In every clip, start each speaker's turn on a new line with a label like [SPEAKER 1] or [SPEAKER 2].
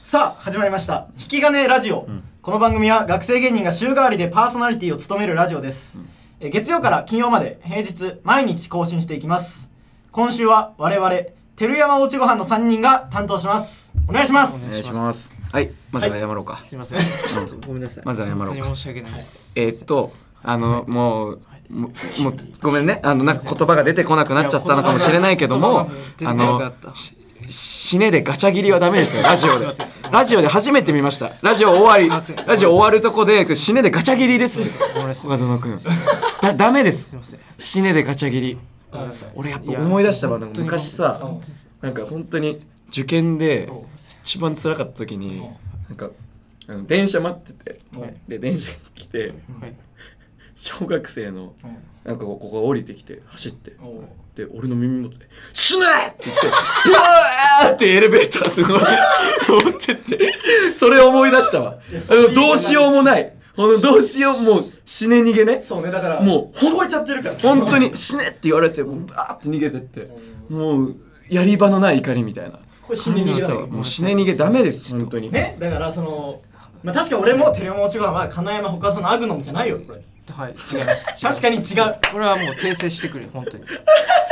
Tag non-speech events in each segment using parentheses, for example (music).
[SPEAKER 1] さあ始まりました「引き金ラジオ」この番組は学生芸人が週替わりでパーソナリティを務めるラジオです、え月曜から金曜まで平日毎日更新していきます今週は我々照山おうちごはんの3人が担当しますお願いします
[SPEAKER 2] お願いします。はい、まずは謝ろうか。
[SPEAKER 3] すいません。ちょっとごめんなさい。
[SPEAKER 2] まずは謝ろうか
[SPEAKER 3] 本当に申し訳ないです。
[SPEAKER 2] えーっと、あの、もう、もうもうごめんね、あの、なんか言葉が出てこなくなっちゃったのかもしれないけども、
[SPEAKER 3] 言
[SPEAKER 2] あの
[SPEAKER 3] 葉が出てなかっ、た
[SPEAKER 2] し死ねでガチャ切りはダメですよ、ラジオ
[SPEAKER 3] (laughs) すい
[SPEAKER 2] で
[SPEAKER 3] ません。
[SPEAKER 2] ラジオで初めて見ました。ラジオ終わり
[SPEAKER 3] いません、
[SPEAKER 2] ラジオ終わるとこで、死ねでガチャ切りです。
[SPEAKER 3] ごめんなさい。
[SPEAKER 2] 岡園君。だ、ダメです
[SPEAKER 3] すい。ません。
[SPEAKER 2] 死ねでガチャ切り。
[SPEAKER 3] ごめんなさい。
[SPEAKER 2] 俺やっぱ思い出したわ、
[SPEAKER 3] いや
[SPEAKER 2] なんか昔さ、
[SPEAKER 3] 本当にすい
[SPEAKER 2] なんか本当に受験で
[SPEAKER 3] ません
[SPEAKER 2] 一番辛かった時になんかあの電車待ってて
[SPEAKER 1] はい
[SPEAKER 2] で電車来て
[SPEAKER 3] はい。
[SPEAKER 2] 小学生のなんかここが降りてきて走って
[SPEAKER 1] おう
[SPEAKER 2] で俺の耳元で「死ね!」って言ってピューってエレベーターとかまで持ってってそれを思い出したわ
[SPEAKER 1] いや
[SPEAKER 2] あのどうしようもないほのどうしようもう死ね逃げね
[SPEAKER 1] そうねだから
[SPEAKER 2] もう
[SPEAKER 1] 聞こえちゃってるから
[SPEAKER 2] 本当に「死ね!」って言われてもうバーって逃げてってもうやり場のない怒りみたいな。
[SPEAKER 1] これ死に逃げだ
[SPEAKER 2] そうもう死ね逃げダメです本当に
[SPEAKER 1] ねだからそのまあ確か俺も照山おうちごはんは金山他そのアグノムじゃないよこれ
[SPEAKER 3] はい。違います。
[SPEAKER 1] 確かに違う
[SPEAKER 3] これはもう訂正してくれよ本当に。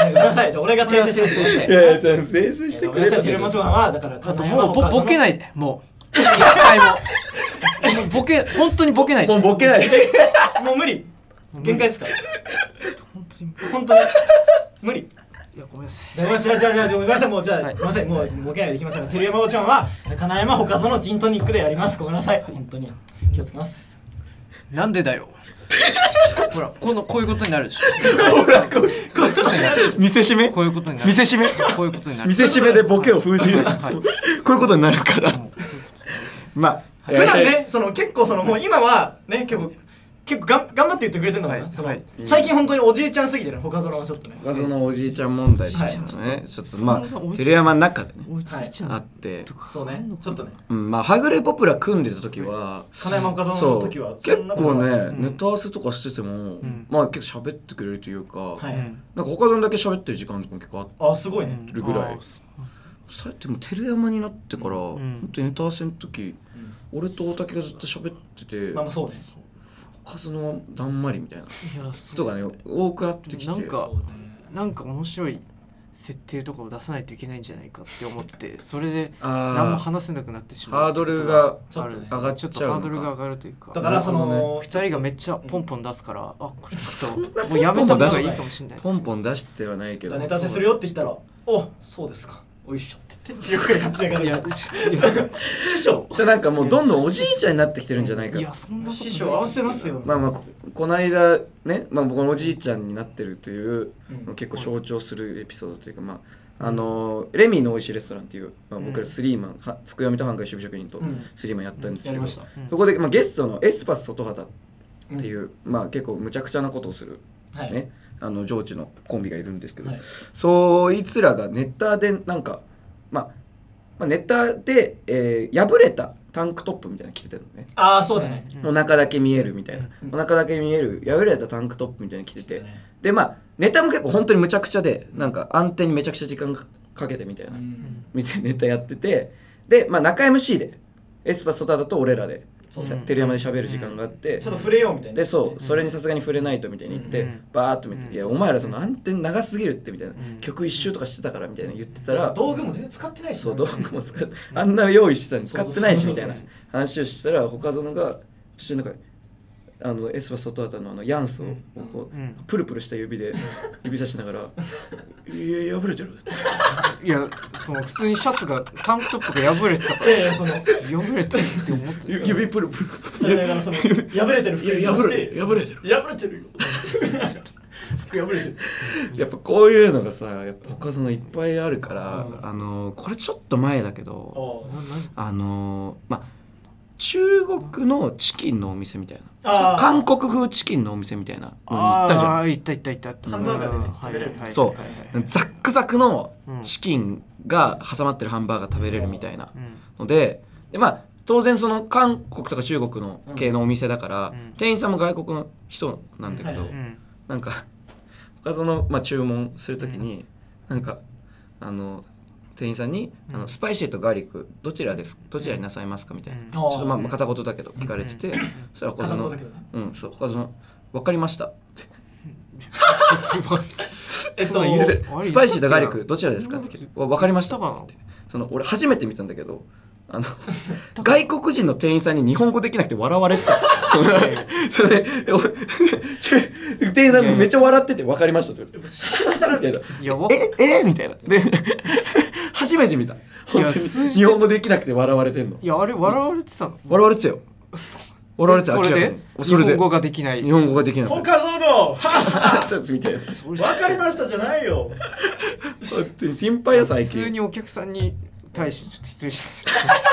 [SPEAKER 1] ごめんなさいじゃあ俺が
[SPEAKER 3] これ
[SPEAKER 1] 訂
[SPEAKER 3] は
[SPEAKER 1] 正
[SPEAKER 3] 訂
[SPEAKER 1] して
[SPEAKER 3] 正
[SPEAKER 1] る
[SPEAKER 3] し
[SPEAKER 2] い
[SPEAKER 3] て。
[SPEAKER 2] やいやじゃあ清水して
[SPEAKER 1] ご
[SPEAKER 2] く
[SPEAKER 1] めん
[SPEAKER 2] れ
[SPEAKER 1] なさい、テ
[SPEAKER 2] よ
[SPEAKER 1] レモチョンは、だから、
[SPEAKER 3] あと
[SPEAKER 1] 金山
[SPEAKER 3] もうぼ
[SPEAKER 1] 他。
[SPEAKER 3] ボケないいでもう。一回も。もうボケ本当にボケないで。
[SPEAKER 2] もうボケない
[SPEAKER 1] もう無理。限界ですから。
[SPEAKER 3] 本当に。
[SPEAKER 1] 本当に。無理。
[SPEAKER 3] いやごめんなさい。
[SPEAKER 1] じゃあ、ごめんなさい、じゃあ、じゃあ、ごめんなさい、もう、じゃあ、ご
[SPEAKER 3] は
[SPEAKER 1] め
[SPEAKER 3] い
[SPEAKER 1] んなさい、もう、ボケないでいきません。テレモチョンは、金山他そのジントニックでやります。ごめんなさい、本当に。気をつけます。
[SPEAKER 3] なんでだよ。ほらこのこういうことになるでしょ。
[SPEAKER 2] 見せしめ
[SPEAKER 3] こういうことになる。
[SPEAKER 2] 見せしめ
[SPEAKER 3] こういうことになる。
[SPEAKER 2] 見せしめでボケを封じるこ
[SPEAKER 3] はいう
[SPEAKER 2] いうことになるからまあ
[SPEAKER 1] 普段ね、その、結構、その、もう、今は、ね、結構。結構がん頑張って言ってくれてるのか
[SPEAKER 3] は
[SPEAKER 1] な、
[SPEAKER 3] い
[SPEAKER 1] その
[SPEAKER 3] はい
[SPEAKER 1] 最近本当におじいちゃんすぎてね、他園はちょっとね。
[SPEAKER 2] 画像のおじいちゃん問題みたいなねちょっとまあテレ山の中でね
[SPEAKER 3] おじいちゃん
[SPEAKER 2] あって
[SPEAKER 3] とか
[SPEAKER 1] そうね、ちょっとね、
[SPEAKER 2] うんまあはぐれポプラ組んでた時は
[SPEAKER 1] 金山他園
[SPEAKER 2] そ
[SPEAKER 1] の
[SPEAKER 2] う
[SPEAKER 1] 時は、
[SPEAKER 2] 結
[SPEAKER 1] そんなこと
[SPEAKER 2] 構
[SPEAKER 1] は
[SPEAKER 2] ね
[SPEAKER 3] うん
[SPEAKER 2] ネタ合わせとかしてても
[SPEAKER 3] ん
[SPEAKER 2] まあ結構喋ってくれるというか
[SPEAKER 1] は
[SPEAKER 3] う
[SPEAKER 1] い
[SPEAKER 3] ん。
[SPEAKER 2] なんか他のだけ喋ってる時間とかも結構あって
[SPEAKER 1] あ、すごいね。
[SPEAKER 2] るぐらい
[SPEAKER 3] あー
[SPEAKER 2] それってもう照山になってから、ほんとネタ合わせの時、俺と大竹がずっと喋ってて、
[SPEAKER 1] まあまあ、そうです。
[SPEAKER 2] 数のだんまりみたいない
[SPEAKER 3] やそう
[SPEAKER 2] 人がね多くなってきて
[SPEAKER 3] なん
[SPEAKER 1] そ
[SPEAKER 3] か
[SPEAKER 1] うね
[SPEAKER 3] なんか面白い設定とかを出さないといけないんじゃないかって思ってそれで
[SPEAKER 2] あー
[SPEAKER 3] 何も話せなくなってしまう
[SPEAKER 2] ハードルが
[SPEAKER 3] あるんです
[SPEAKER 2] 上がっち
[SPEAKER 3] ち
[SPEAKER 2] ゃ
[SPEAKER 3] ょ
[SPEAKER 2] うのか
[SPEAKER 3] っとハードルが上がるというか
[SPEAKER 1] だからそ
[SPEAKER 2] なる
[SPEAKER 1] の
[SPEAKER 3] 2人がめっちゃポンポン出すからあこれちょっともうやめた方がいいかもしれない
[SPEAKER 2] ポンポン出してはないけど
[SPEAKER 1] ネタ合わせするよって言ったら「おそうですかおいしょ」って言ってゆっくり立ち上が
[SPEAKER 3] い
[SPEAKER 1] る
[SPEAKER 3] やいや
[SPEAKER 1] 師匠
[SPEAKER 2] じゃあなんかもうどんどんおじいちゃんになってきてるんじゃないか
[SPEAKER 3] いやそんなことな
[SPEAKER 1] 師
[SPEAKER 3] い
[SPEAKER 1] 匠合わせますよ
[SPEAKER 2] まあまあここの間ね、まあ、僕のおじいちゃんになってるという、
[SPEAKER 1] うん
[SPEAKER 2] 結構象徴するエピソードというか、まああのーレミーの美味しいレストランっていう、まあ、僕らスリーマン、はつくやみと半壊守備職人と
[SPEAKER 1] うん
[SPEAKER 2] スリーマンやったんですけ
[SPEAKER 1] や
[SPEAKER 2] ど、
[SPEAKER 1] りました
[SPEAKER 2] そこで、まあ、ゲストのエスパス外畑っていう、まあ、結構むちゃくちゃなことをする、
[SPEAKER 1] はい
[SPEAKER 2] ね、あの上智のコンビがいるんですけど、
[SPEAKER 1] はい
[SPEAKER 2] そいつらがネタでなんか、まあ、まあネタで、えー破れたタンクトップみたいなの着てたのね、
[SPEAKER 1] ああそうだね
[SPEAKER 3] うん
[SPEAKER 2] お腹だけ見えるみたいな、
[SPEAKER 1] うん
[SPEAKER 2] お腹だけ見える破れたタンクトップみたいなの着てて、
[SPEAKER 1] そうだね
[SPEAKER 2] でまあネタも結構本当にむちゃくちゃでなんか暗転にめちゃくちゃ時間かけてみたいな、
[SPEAKER 1] うん
[SPEAKER 2] みたいなネタやっててで、まあ、中 MC でエスパソタだと俺らで
[SPEAKER 1] そう
[SPEAKER 3] そう
[SPEAKER 2] 照山で喋る時間があって、
[SPEAKER 1] ちょっと触れようみたいな
[SPEAKER 2] でそうそれにさすがに触れないとみたいに言って、
[SPEAKER 3] うん
[SPEAKER 2] バーッと見て「
[SPEAKER 3] うん
[SPEAKER 2] いやお前らその暗転長すぎるって」みたいな、
[SPEAKER 3] ん
[SPEAKER 2] 曲一周とかしてたからみたいな言ってた
[SPEAKER 1] そう
[SPEAKER 2] ら、
[SPEAKER 1] 道具も全然使ってないし
[SPEAKER 2] そう道具も使ってあんな用意してたのに使ってないし
[SPEAKER 1] そう
[SPEAKER 2] み
[SPEAKER 1] そう
[SPEAKER 2] た
[SPEAKER 1] そう
[SPEAKER 2] いな話をしたら他園が口の中で。あのエスパ外だったのあのヤンスをこう、
[SPEAKER 3] うん
[SPEAKER 2] プルプルした指で指さしながら「いや破れてる」
[SPEAKER 3] いやその普通にシャツがタンクトップが破れてたか
[SPEAKER 1] いやい
[SPEAKER 3] ら
[SPEAKER 1] やその
[SPEAKER 3] 破れてるって思って
[SPEAKER 2] ゆ指プルプル
[SPEAKER 1] それだから
[SPEAKER 2] (laughs)
[SPEAKER 1] その破れてる服
[SPEAKER 2] いや
[SPEAKER 1] そ
[SPEAKER 2] 破
[SPEAKER 1] し
[SPEAKER 2] れ
[SPEAKER 1] て
[SPEAKER 2] 破れてる
[SPEAKER 1] 破れてるよ服破れてる
[SPEAKER 2] やっぱこういうのがさやっぱ他そのいっぱいあるから、あのこれちょっと前だけ
[SPEAKER 1] あ
[SPEAKER 2] ど
[SPEAKER 1] ー
[SPEAKER 2] あのまあ中国のチキンのお店みたい
[SPEAKER 1] あ
[SPEAKER 2] な
[SPEAKER 1] ー
[SPEAKER 2] 韓国風チキンのお店みたいなのに行ったじゃ
[SPEAKER 3] あ
[SPEAKER 2] ん
[SPEAKER 3] ー行った行った行った
[SPEAKER 1] ハンバーガーでね食べれる
[SPEAKER 3] はいはい
[SPEAKER 2] そう
[SPEAKER 3] はいはい
[SPEAKER 2] ザックザクの
[SPEAKER 3] うん
[SPEAKER 2] チキンが挟まってるハンバーガー食べれるみたいな
[SPEAKER 3] うん
[SPEAKER 2] のででまあ当然その韓国とか中国の系のお店だから、
[SPEAKER 3] うん
[SPEAKER 2] 店員さんも外国の人なんだけど、
[SPEAKER 1] はい
[SPEAKER 3] うん
[SPEAKER 2] なんか他その、まあ、注文するときに、なんかあの店員さんに、あ
[SPEAKER 3] う
[SPEAKER 2] の
[SPEAKER 3] ん
[SPEAKER 2] スパイシーとガーリックどちらですどちらになさいますかみたいな、
[SPEAKER 3] うん
[SPEAKER 2] ちょっとま
[SPEAKER 1] あー
[SPEAKER 2] あ片言だけど聞かれてて、
[SPEAKER 3] うん
[SPEAKER 2] そしたら岡田
[SPEAKER 1] 片
[SPEAKER 2] の
[SPEAKER 1] 言だけどね
[SPEAKER 2] うんそう岡田の分かりましたって
[SPEAKER 1] えっと
[SPEAKER 3] そう
[SPEAKER 2] で
[SPEAKER 3] 言うあれ
[SPEAKER 2] スパイシーとガーリックどちらですかって聞いてわ分かりました
[SPEAKER 3] 言ったかな
[SPEAKER 2] ってその俺初めて見たんだけどあの外国人の店員さんに日本語できなくて笑われてたそのそれでお (laughs) ちょ店員さんもめっちゃ笑ってて分かりましたって言われてみたいな
[SPEAKER 3] (laughs) やば
[SPEAKER 2] ええみたいなで (laughs) 初めて見た本当に
[SPEAKER 3] 数字で
[SPEAKER 2] 日本語できなくて笑われてんの
[SPEAKER 3] いやあれ笑われてたの
[SPEAKER 2] 笑われてたよ笑われてた
[SPEAKER 3] それ
[SPEAKER 2] 明らか
[SPEAKER 3] で
[SPEAKER 2] に
[SPEAKER 3] 日
[SPEAKER 2] それで
[SPEAKER 3] 本語ができない
[SPEAKER 2] 日本語ができない
[SPEAKER 1] ほかぞのは
[SPEAKER 2] (laughs) みたいな
[SPEAKER 3] それ
[SPEAKER 1] わかりましたじゃないよ
[SPEAKER 2] 本当に (laughs) 心配や
[SPEAKER 3] 普
[SPEAKER 2] 最
[SPEAKER 3] 通
[SPEAKER 2] 近
[SPEAKER 3] にお客さんに対してちょっと失礼し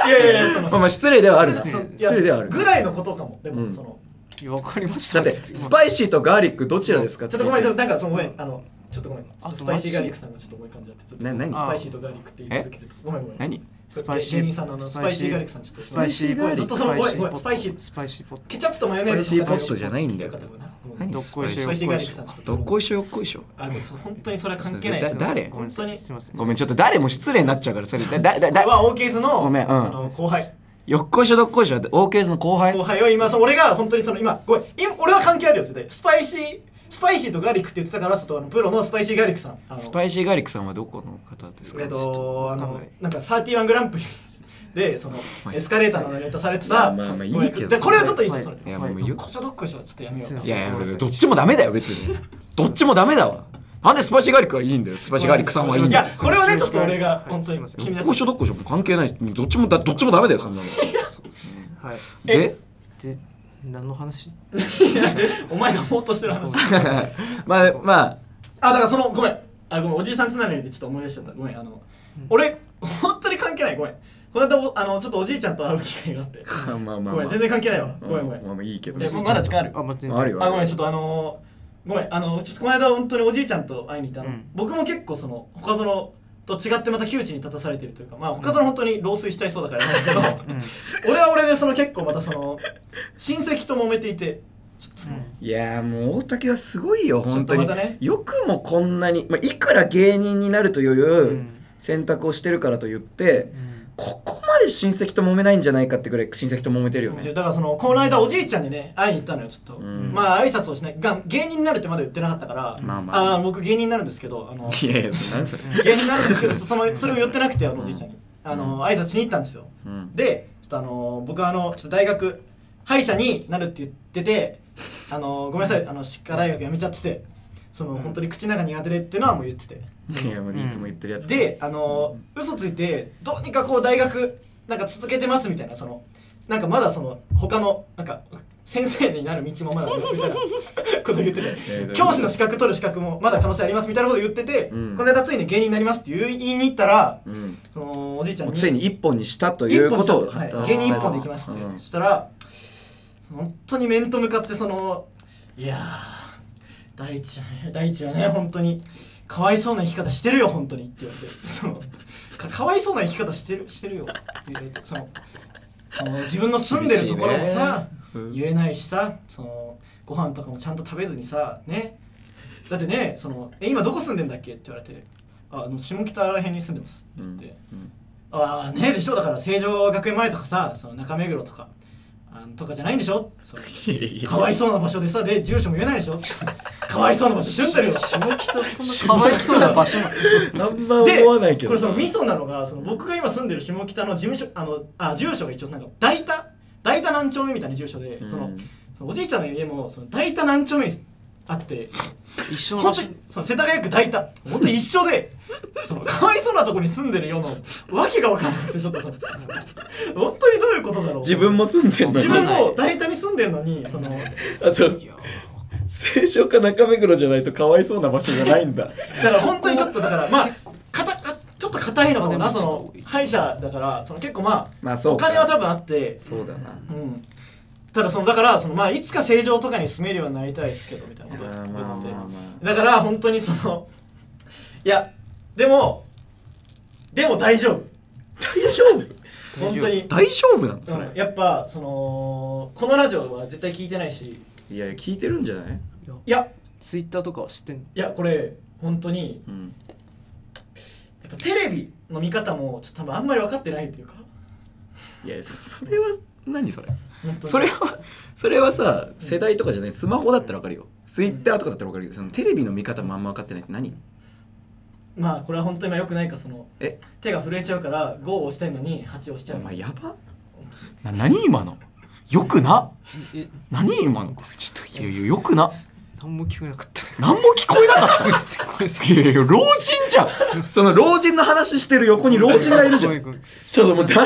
[SPEAKER 3] た
[SPEAKER 1] いやいやいやその
[SPEAKER 2] まあまあ失礼ではあるな
[SPEAKER 1] そ
[SPEAKER 2] 失
[SPEAKER 1] そいや
[SPEAKER 2] 礼ではある
[SPEAKER 1] ぐらいのことかもでも、
[SPEAKER 2] うん
[SPEAKER 1] その
[SPEAKER 3] いやわかりまし
[SPEAKER 2] だ
[SPEAKER 3] た
[SPEAKER 2] ってスパイシーとガーリックどちらですか
[SPEAKER 1] ちょっとごめんちょっと
[SPEAKER 2] と
[SPEAKER 1] なんかそのごめんあのちょっとごめん
[SPEAKER 3] あと
[SPEAKER 1] スパイシーガーリックさんがちょっとごめん感じあってずっと
[SPEAKER 2] な何
[SPEAKER 1] スパイシーとガーリックって言い続けるごめんごめん
[SPEAKER 2] 何
[SPEAKER 1] スパイシー芸人さんのあのスパイシーガーリックさんちょっと
[SPEAKER 3] スパイシー
[SPEAKER 1] ずっとそのごめんごめんスパイシー
[SPEAKER 3] スパイシーポット
[SPEAKER 1] ケチャップとマヨネーズ
[SPEAKER 2] スパイシーポットじゃないんだ
[SPEAKER 1] よ
[SPEAKER 2] よ
[SPEAKER 1] かったかなごめん
[SPEAKER 2] 何
[SPEAKER 3] どっこいしょ
[SPEAKER 1] ス
[SPEAKER 3] よ
[SPEAKER 1] パ
[SPEAKER 3] っ
[SPEAKER 1] イシー
[SPEAKER 3] こ
[SPEAKER 1] ガー
[SPEAKER 3] い
[SPEAKER 1] リッ
[SPEAKER 3] し
[SPEAKER 1] クさんちょっと
[SPEAKER 2] どっこいしょよっこいしょ
[SPEAKER 1] あのそう本当にそれは関係ないです
[SPEAKER 2] だ誰
[SPEAKER 3] ごめ
[SPEAKER 1] 本
[SPEAKER 3] んなさ
[SPEAKER 1] 当
[SPEAKER 3] い
[SPEAKER 1] に
[SPEAKER 3] すいません
[SPEAKER 2] ごめんちょっと誰も失礼になっちゃうからそれだだだ
[SPEAKER 1] こ
[SPEAKER 2] (laughs)
[SPEAKER 1] れ
[SPEAKER 2] だ
[SPEAKER 1] はオーケーズの
[SPEAKER 2] ごめんうん
[SPEAKER 1] あの後輩
[SPEAKER 2] よっこいしょどっこいしょオーケーズの後輩
[SPEAKER 1] 後輩は今その俺が本当にその今ごめん今俺は関係あるよって言ってスパイシースパイシーとガーリックって言ってたからちょっとあのプロのスパイシーガーリックさんあの
[SPEAKER 2] スパイシーガーリックさんはどこの方ですか
[SPEAKER 1] えっとあ
[SPEAKER 3] わか
[SPEAKER 1] の
[SPEAKER 3] んない
[SPEAKER 1] なんか31グランプリでその
[SPEAKER 2] はい
[SPEAKER 1] エスカレーターのネタされて
[SPEAKER 2] ま
[SPEAKER 1] た
[SPEAKER 2] あまあまあいい
[SPEAKER 1] ごめん
[SPEAKER 2] けど
[SPEAKER 1] でこれはちょっといいじゃんそ
[SPEAKER 3] は
[SPEAKER 1] れ
[SPEAKER 2] いやもういいよ
[SPEAKER 1] こしょどっこいしょはちょっとやめよ
[SPEAKER 3] すいうま
[SPEAKER 2] い
[SPEAKER 3] せん
[SPEAKER 2] やいやそれどっちもダメだよ別にどっちもダメだわなんでスパイシーガーリックはいいんだよスパイシーガーリックさんはいいん
[SPEAKER 1] い
[SPEAKER 2] だよ
[SPEAKER 1] やこれはねちょっと俺が
[SPEAKER 3] はい
[SPEAKER 1] 本当に
[SPEAKER 3] すいません
[SPEAKER 1] 君
[SPEAKER 2] ど
[SPEAKER 1] だ
[SPEAKER 2] っ
[SPEAKER 1] け
[SPEAKER 2] こいしょどっこいしょも関係ないどっちもだどっちもダメだよそんなの
[SPEAKER 3] はい
[SPEAKER 2] で
[SPEAKER 3] で何の話
[SPEAKER 1] お前がぼーっとしてる話
[SPEAKER 2] (laughs) まあまあ
[SPEAKER 1] あだからそのごめんあごめんおじいさんつながりでちょっと思い出しちゃったごめんあの、俺本当に関係ないごめんこの間おあのちょっとおじいちゃんと会う機会があって
[SPEAKER 2] まあまあまあ
[SPEAKER 1] ごめん全然関係ないわごめんごめん
[SPEAKER 2] まあまあいいけど
[SPEAKER 1] えもうまだ時間ある
[SPEAKER 3] あまあ全
[SPEAKER 2] あるよ
[SPEAKER 1] あごめんちょっとあのーごめんあのちょっとこの間本当におじいちゃんと会いに行ったの、
[SPEAKER 3] うん
[SPEAKER 1] 僕も結構その他のと違ってまた窮地に立たされてるというかまあ他の本当に老衰しちゃいそうだからなんだけど、俺は俺でその結構またその親戚と揉めていてちょっとその、
[SPEAKER 3] うん
[SPEAKER 2] いやーもう大竹はすごいよ本当に、
[SPEAKER 1] ちょっとまたね
[SPEAKER 2] よくもこんなに、まあ、いくら芸人になるという
[SPEAKER 3] うん
[SPEAKER 2] 選択をしてるからと言って、
[SPEAKER 3] うん
[SPEAKER 2] ここまで親戚と揉めないんじゃないかってぐらい親戚と揉めてるよね
[SPEAKER 1] だからそのこの間おじいちゃんにね会いに行ったのよちょっと、
[SPEAKER 2] うん
[SPEAKER 1] まあ挨拶をしないが芸人になるってまだ言ってなかったから、
[SPEAKER 2] まあまあ
[SPEAKER 1] ああ僕芸人になるんですけどあの
[SPEAKER 2] いやいや何それ、
[SPEAKER 1] 芸人になるんですけどそのそれを言ってなくてあのおじいちゃんに、あの挨拶しに行ったんですよ
[SPEAKER 2] うん、
[SPEAKER 1] でちょっとあの僕はあのちょっと大学歯医者になるって言っててあのごめんなさいあの歯科大学辞めちゃっててその本当に口の中苦手でっていうのはもう言ってて
[SPEAKER 2] いやもういつも言ってるやつ、
[SPEAKER 1] であの嘘ついてどうにかこう大学なんか続けてますみたいなそのなんかまだその他のなんか先生になる道も
[SPEAKER 2] (laughs)
[SPEAKER 1] まだありますみたいなこと言ってて
[SPEAKER 2] えー
[SPEAKER 1] 教師の資格取る資格もまだ可能性ありますみたいなこと言ってて、
[SPEAKER 2] うん
[SPEAKER 1] この間ついに芸人になりますって言い言いに行ったら
[SPEAKER 2] うん、
[SPEAKER 1] そのおじいちゃん
[SPEAKER 2] もう
[SPEAKER 1] に
[SPEAKER 2] ついに一本にしたということを、
[SPEAKER 1] 一本でした
[SPEAKER 2] あ
[SPEAKER 1] は
[SPEAKER 2] の
[SPEAKER 1] い、芸人一本で行きまして、
[SPEAKER 2] うん
[SPEAKER 1] そしたら本当に面と向かってそのいやー大地はね大地はね本当にかわいそうな生き方してるよ本当にって言われてそのかかわいそうな生き方してるしてるよって言われてそのあの自分の住んでるところもさ、
[SPEAKER 2] 厳しいねうん
[SPEAKER 1] 言えないしさそのご飯とかもちゃんと食べずにさねだってねそのえ今どこ住んでんだっけって言われてああの下北ら辺に住んでますって言って。
[SPEAKER 2] うん
[SPEAKER 1] ああねえでしょだから成城学園前とかさその中目黒とかあんとかじゃないんでしょそうかわいそうな場所でさで住所も言えないでしょ (laughs) かわいそうな場所住んでるよ
[SPEAKER 3] 下
[SPEAKER 1] (laughs)
[SPEAKER 3] 北そんなかわいそうな場所なの
[SPEAKER 2] あんま
[SPEAKER 1] で
[SPEAKER 2] 思わないけど
[SPEAKER 1] これそのミソなのがその僕が今住んでる下北の事務所あのあ住所が一応なんか大田大田何丁目みたいな住所で、そのそのおじいちゃんの家もその大田何丁目にあって
[SPEAKER 3] 一緒の
[SPEAKER 1] 本
[SPEAKER 3] 場
[SPEAKER 1] 当
[SPEAKER 3] 所
[SPEAKER 1] にその世田谷区大田本当に一緒で (laughs) そのかわいそうなとこに住んでるよのわけが分かんなくてちょっとその本当にどういうことだろう
[SPEAKER 2] 自分も住んでんの
[SPEAKER 1] 自
[SPEAKER 2] に
[SPEAKER 1] 分も大体に住んでるのにその
[SPEAKER 2] あと清少か中目黒じゃないとかわいそうな場所じゃないんだ
[SPEAKER 1] だから本当にちょっとだからまあかたかちょっと硬いのかもなその歯医者だからその結構ま
[SPEAKER 2] (laughs) まあ
[SPEAKER 1] あ
[SPEAKER 2] そ
[SPEAKER 1] お
[SPEAKER 2] うか
[SPEAKER 1] 金は多分あって
[SPEAKER 2] そうだな
[SPEAKER 1] うんただそのだからそのまあいつか正常とかに住めるようになりたいですけどみたいなことを
[SPEAKER 2] まあ
[SPEAKER 1] 言
[SPEAKER 2] まあ
[SPEAKER 1] ってだから本当にそのいやでもでも大丈夫
[SPEAKER 2] 大丈夫
[SPEAKER 1] 本当に
[SPEAKER 2] 大丈夫なのそ
[SPEAKER 1] うん
[SPEAKER 2] れ
[SPEAKER 1] やっぱそのこのラジオは絶対聞いてないし
[SPEAKER 2] いやいや聞いてるんじゃない
[SPEAKER 1] いや
[SPEAKER 3] ツイッターとかは知ってんの
[SPEAKER 1] いやこれ本当に
[SPEAKER 2] うん
[SPEAKER 1] やっぱテレビの見方もちょっと多分あんまり分かってないというか
[SPEAKER 2] いやそれは何それ
[SPEAKER 1] 本当に
[SPEAKER 2] それはそれはさ世代とかじゃないスマホだったらわかるよツイッターとかだったらわかるけどそのテレビの見方もあんま分かってないって何
[SPEAKER 1] まあこれは本当にまあ良くないかその
[SPEAKER 2] え
[SPEAKER 1] 手が震えちゃうから5を押したいのに8を押しちゃ
[SPEAKER 2] お
[SPEAKER 1] う
[SPEAKER 2] 前やば
[SPEAKER 4] な何今のよくな
[SPEAKER 3] え
[SPEAKER 4] 何今のちょっといやいやよくな
[SPEAKER 3] 何も聞こえなかった
[SPEAKER 4] 何も聞こえなかった
[SPEAKER 3] すごいごめん
[SPEAKER 4] い
[SPEAKER 2] (laughs)
[SPEAKER 4] やいや老人じゃん
[SPEAKER 2] その老人の話してる横に老人がいるじゃん
[SPEAKER 3] ごめん
[SPEAKER 2] ちょっともうだ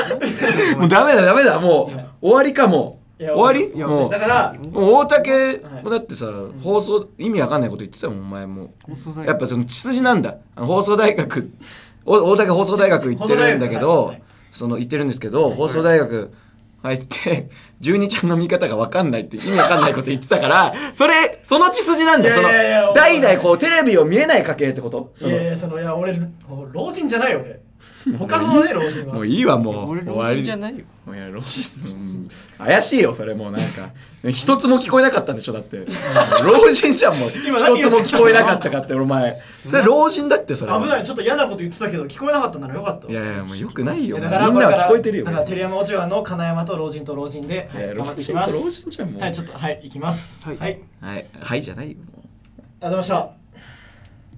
[SPEAKER 2] もうダメだダメだも
[SPEAKER 1] いや
[SPEAKER 2] う終わりかも
[SPEAKER 1] い
[SPEAKER 2] 終
[SPEAKER 1] や
[SPEAKER 2] わり
[SPEAKER 3] いや
[SPEAKER 2] もう
[SPEAKER 1] だから
[SPEAKER 2] もう大竹
[SPEAKER 1] はい
[SPEAKER 2] もだってさ放送意味わかんないこと言ってたもんお前も
[SPEAKER 3] 放送大
[SPEAKER 2] やっぱその血筋なんだあの放送大学お大竹放送大学行ってるんだけ
[SPEAKER 1] 放送大学は
[SPEAKER 2] ど
[SPEAKER 1] い
[SPEAKER 2] その行ってるんですけど放送大学入って (laughs) 十二ちゃんの見方がわかんないって意味わかんないこと言ってたからそれその血筋なんだよその
[SPEAKER 1] いやいやいや
[SPEAKER 2] 代々こうテレビを見れない家系ってことそ
[SPEAKER 1] い
[SPEAKER 2] の
[SPEAKER 1] やいやそのいや俺老人じゃない俺他のね老人は
[SPEAKER 2] もういいわもう
[SPEAKER 3] 俺
[SPEAKER 2] 終
[SPEAKER 3] 老
[SPEAKER 2] わり
[SPEAKER 3] 人じゃないよ
[SPEAKER 2] もうやろう、うん怪しいよそれもうなん
[SPEAKER 1] (laughs)
[SPEAKER 2] か一つも聞こえなかったんでしょだって老人じゃんもう一つ
[SPEAKER 1] 今何言っ
[SPEAKER 2] も
[SPEAKER 1] てた
[SPEAKER 2] 聞こえなかったかってお前それ老人だってそれは
[SPEAKER 1] 危ないちょっと嫌なこと言ってたけど聞こえなかったならよかった
[SPEAKER 2] いやいやもうよくないよ
[SPEAKER 1] い
[SPEAKER 2] み
[SPEAKER 1] や
[SPEAKER 2] ん
[SPEAKER 1] だか
[SPEAKER 2] な
[SPEAKER 1] らこれ
[SPEAKER 2] は
[SPEAKER 1] から
[SPEAKER 2] 聞こえてるよ
[SPEAKER 1] だからテレ山オチュアの金山と老人と老人で、はいい、
[SPEAKER 2] や
[SPEAKER 1] 頑
[SPEAKER 2] 老
[SPEAKER 1] 張っていき
[SPEAKER 2] 人
[SPEAKER 1] ま
[SPEAKER 2] と
[SPEAKER 1] す
[SPEAKER 2] 老人じゃんもう
[SPEAKER 1] はいちょっとはい行きます
[SPEAKER 3] はい
[SPEAKER 1] はい、あり
[SPEAKER 2] はいはいじゃないよもう
[SPEAKER 1] がとうございました